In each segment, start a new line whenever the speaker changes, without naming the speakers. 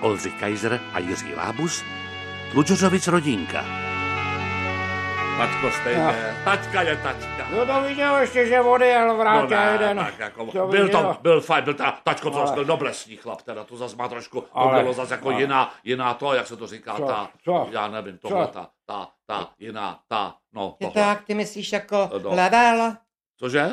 Oldřich Kaiser a Jiří Lábus, Tlučořovic rodinka.
Patko, stejné. Taťka je taťka.
No to viděl ještě, že odjel,
No
vrátil
ne,
jeden.
tak jako,
To
byl
viděl.
to, byl fajn, byl ta, taťko, co
Ale-
ale... byl noblesní chlap, teda to zase má trošku, to
Ale-
bylo zase jako
ale-
jiná, jiná to, jak se to říká,
Co?
ta,
Co?
já nevím, tohle,
Co?
ta, ta, ta, jiná, ta, no,
Je
tohle. Tak.
tak, ty myslíš jako
No.
level?
Cože?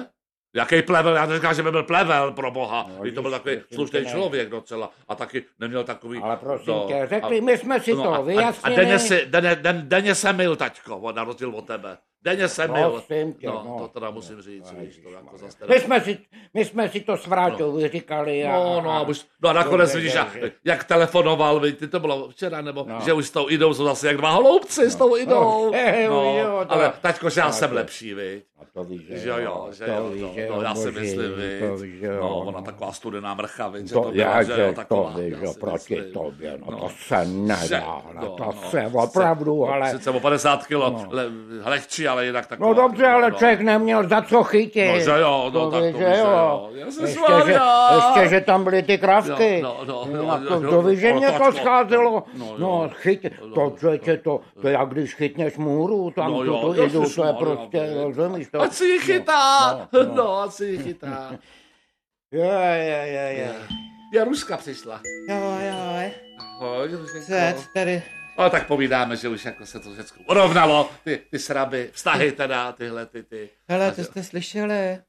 Jaký plevel, já neříkám, že by byl plevel, pro boha,
No,
no, to byl
jistě,
takový
jistě,
slušný
ne.
člověk docela a taky neměl takový...
Ale prosím
no,
tě, řekli,
a- no
my jsme si to
a- a, a
vyjasnili.
denně, si, denně, den, denně se mil, taťko, on na rozdíl od tebe. Denně se mil.
Prosím tě,
no,
no.
to teda musím říct,
No,
víš, to
ježišmarja.
jako zase teda...
My jsme si, my jsme si to s Vrátou vyříkali. A,
No, no, a, už, no a nakonec
Dobře,
vidíš,
dobře.
jak- jak telefonoval, viď, ty to bylo včera, nebo
No.
že už s tou idou jsou zase jak dva holoubci s tou idou.
No, eh,
No,
jo, to-
ale taťko, že já
Tak
jsem
je.
lepší, viď.
A to víš, že
Že jo, jo, že
to
jo,
víš,
no,
že
no, já si
bože,
myslím,
to
viď.
víš, že
No,
jo.
ona taková studená mrcha, viď, že
To,
to byla,
já
že jo,
že to
taková,
víš,
já
jo,
si
proti
myslím.
tobě, no,
No.
to se nedá,
Že-
no,
no,
to
no,
se
se-
opravdu, ale...
Sice o 50 kilo le, lehčí, ale jinak taková.
No dobře, ale
no.
člověk neměl za co chytit.
No, že jo, no, tak
víš,
to víš,
že
že
jo.
jo. Ježiš
Ještě, že,
Maria.
ještě, že tam byly ty kravky.
No, no, no,
a
no,
to,
no,
to víš, že
ale
mě to
tačko.
scházelo.
No, jo.
No, chyt, to, člověče, to, to jak když chytneš můru, tam
No,
no,
jo,
to, to
jo,
jedu, to je
ježišmarja,
prostě,
no.
rozumíš to?
Ať si ji chytá,
No, no.
no, ať si ji chytá.
Je, je, je, je.
Je Ruska přišla.
Jo, jo,
Ahoj, Rušenko.
set tady.
Ale tak povídáme, že už jako se to všechno urovnalo, ty, ty sraby, vztahy teda, tyhle ty, ty.
Hele,
A
to
že-
jste slyšeli.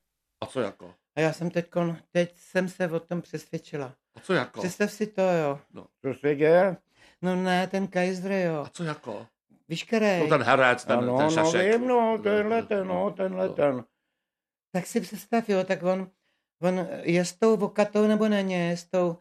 A co jako?
A já jsem teď, teď jsem se o tom přesvědčila.
A co jako?
Představ si to, jo.
Co se děje?
No ne, ten Kaiser, jo.
A co jako?
Víš, který?
No ten herec, ten,
Ano,
ten
no
šašek.
vím, no, tenhle ten, no, tenhle
No.
ten.
Tak si představ, jo, tak on, on je s tou vokatou nebo není, je s tou,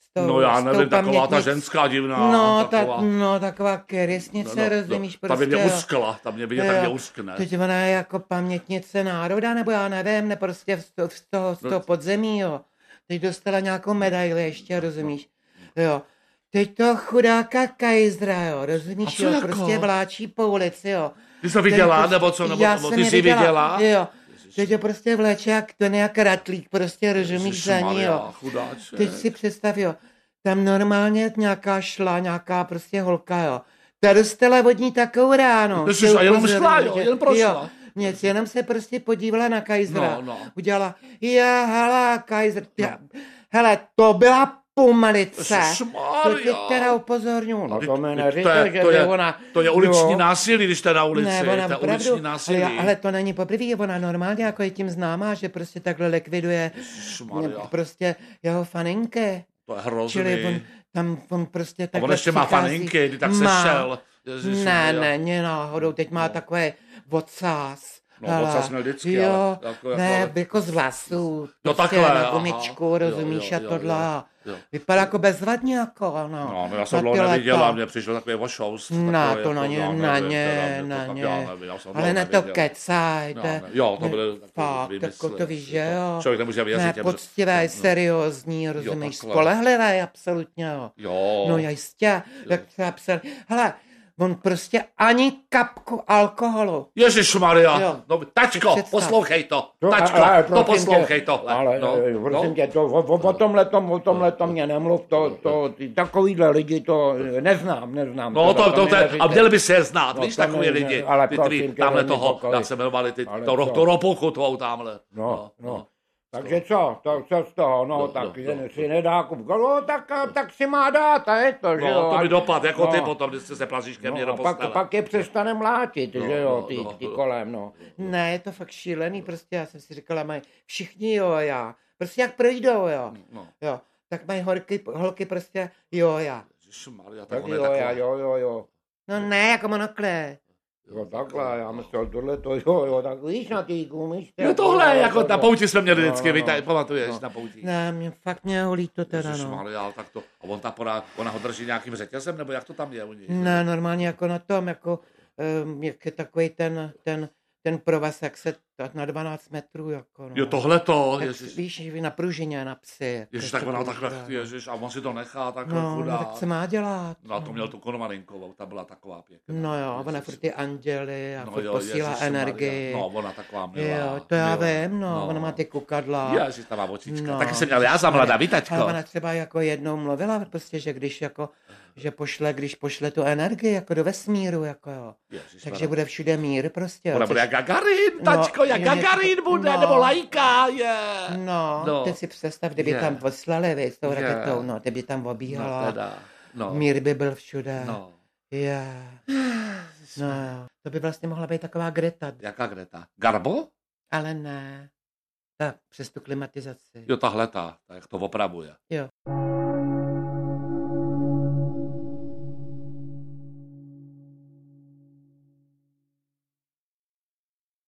s tou
No já
s tou
nevím, taková ta
pamětnic-
ženská divná.
No,
taková, No,
ta, no, taková kerysnice, rozumíš,
Ta by
prostě.
mě
jo.
uskla, ta mě, ta
Jo.
mě uskne.
Teď ona je jako pamětnice národa, nebo já nevím, ne prostě z toho, z toho, z
No.
toho podzemí, jo. Teď dostala nějakou medaili
No,
ještě, rozumíš? Jo. Teď to chudáka Kajzra, jo, rozumíš,
A co
jo,
jako?
prostě vláčí po ulici, jo.
Ty jsi to viděla,
Ten-
nebo co, nebo,
já
nebo
jsem
ty
je
jsi ji viděla?
Jo, teď to prostě vleče jak ten jak ratlík, prostě rozumíš za ní,
Ježišmarja,
jo.
Chudáček.
Teď si představ, jo, tam normálně nějaká šla, nějaká prostě holka, jo. Ta dostala od ní takovou ráno.
Ježiš,
že
a jenom
upozorňuji,
šla, jo,
že-
jen prošla.
nic, jenom se prostě podívala na Kajzera.
No, no.
Udělala, já, hele, Kajzer, já, hele, to byla pumalice. To
Ježišmarja.
tě teda upozorňuju.
No to mi
Vždyť
neříkej, že
to
by
je,
ona...
to je uliční
Jo.
násilí, když jste na ulici.
Ne, ona
to je
opravdu,
uliční
ale,
násilí.
já- ale to není poprvé, ona normálně jako je tím známá, že prostě takhle likviduje
Ježišmarja,
m, prostě jeho faninky.
to je hrozný.
Čili on, tam on prostě
a
takhle
on ještě má
přichází.
faninky, kdy tak se
Má.
šel. Ježišmarja.
Ne, ne, ne, náhodou, teď má
No.
takové ocas.
No,
Hele,
ocas měl vždycky,
jo,
ale jako- jako-
ne, jako z vlasů.
No
prostě
takhle,
Na
aha.
gumičku,
Jo,
rozumíš,
jo,
a
jo,
tohle.
jo, jo.
Vypadá jako bezvadně, jako,
No,
no.
no, já
na
jsem
ty
dlouho
léta.
neviděla, mě přišel takový vošous.
Na
jako
to na ně, na ně, na ně. Ale na to kecajte.
No, jo, to byly takové
Fakt,
výmysly,
jako to víš, že
to-
jo.
člověk nemůže věřit
Ne,
těm, že-
poctivé,
no.
seriózní, rozumíš,
takhle.
spolehlivé, absolutně, jo.
Jo.
No jistě, tak třeba psal, hele, on prostě ani kapku alkoholu.
Ježíš Maria,
Jo.
no, tačko,
Představ.
poslouchej to,
No,
tačko,
ale
to
prosím tě,
poslouchej tohle.
Ale
no,
eh, prosím tě, to, o, o, o tomhle tom, o tomhle tom mě nemluv, to, to, ty, takovýhle lidi to eh, neznám, neznám.
No, to, to,
mi
to,
neříkej.
a měli by se je znát,
No,
víš,
to mi
takové
ne-
lidi,
ale
ty,
prosím
který
tě,
tamhle
dej mi
toho,
pokoj.
tam se jmenovali, ty,
Ale
to,
co?
to ropuchu tvou tamhle.
No, no. Takže co, to, co z toho, no,
No,
tak
no,
že
no.
si nedá kupka, no, tak, eh, tak si má dát a je to, že jo.
No, to
a-
mi dopad, jako ty
no,
potom, když jste se plazíš ke mně
No,
do
a pak,
postele.
pak je přestane mlátit, že jo,
no,
ty,
no,
ty
no.
kolem, no.
Ne, je to fakt šílený, prostě já jsem si říkala, mají všichni jo a já. Prostě jak projdou, jo.
No,
Jo, tak mají holky, holky prostě jo a já.
ježišmarja, tak
Tak
on je
jo, já,
takový.
jo, jo, jo.
No ne, jako monokle.
Jo, takhle, já myslel, tohle to, jo, jo, tak víš na ty gumičce.
No tohle,
jo,
jako
tohle.
na pouti jsme měli
No,
vždycky,
no,
víte,
no.
pamatuješ, na pouti.
Ne, mě fakt mě ho líto teda, no.
Ježišmarja, tak to, a on ta podá, ona ho drží nějakým řetězem, nebo jak to tam je u ní?
Ne, normálně jako na tom, jako um, jak je takový ten, ten, ten provaz, jak se tak na 12 metrů, jako no.
Jo, tohle to,
tak,
ježiš,
Víš, že na pružině, na psy.
ježiš,
prostě
tak ona
to
takhle,
užívá.
ježiš, a on si to nechá takhle
No, no,
chudá.
tak se má dělat.
No a to měl tu konomarinkovou, ta byla taková pěkná.
No jo,
Ježiš.
ona furt ty anděly a
No
furt
jo,
posílá
Ježiši Maria.
energii.
No, ona taková milá.
jo, to já
milá.
vím, no,
No.
ona má ty kukadla.
Ježiš, ta má očička.
No.
Taky jsem měl já za mladá,
Ale
vítačko.
ona třeba jako jednou mluvila prostě, že když jako, že pošle, když pošle tu energii jako do vesmíru, jako jo.
Ježiš,
Takže bude všude mír prostě. jo,
Ona bude
což-
jak Gagarin, tačko, jak
je
Gagarin
něco-
bude,
no.
nebo lajka, je.
No,
No.
no, teď si představ, kdyby
Je.
tam poslali, víš, s tou
Je.
raketou, no, kdyby tam obíhala,
No teda, no.
mír by byl všude.
No.
Je. No jo, to by vlastně mohla být taková Greta,
Jaká Greta? Garbo?
ale ne. Tak, přes tu klimatizaci.
Jo, tahle ta, ta, jak to opravuje.
Jo.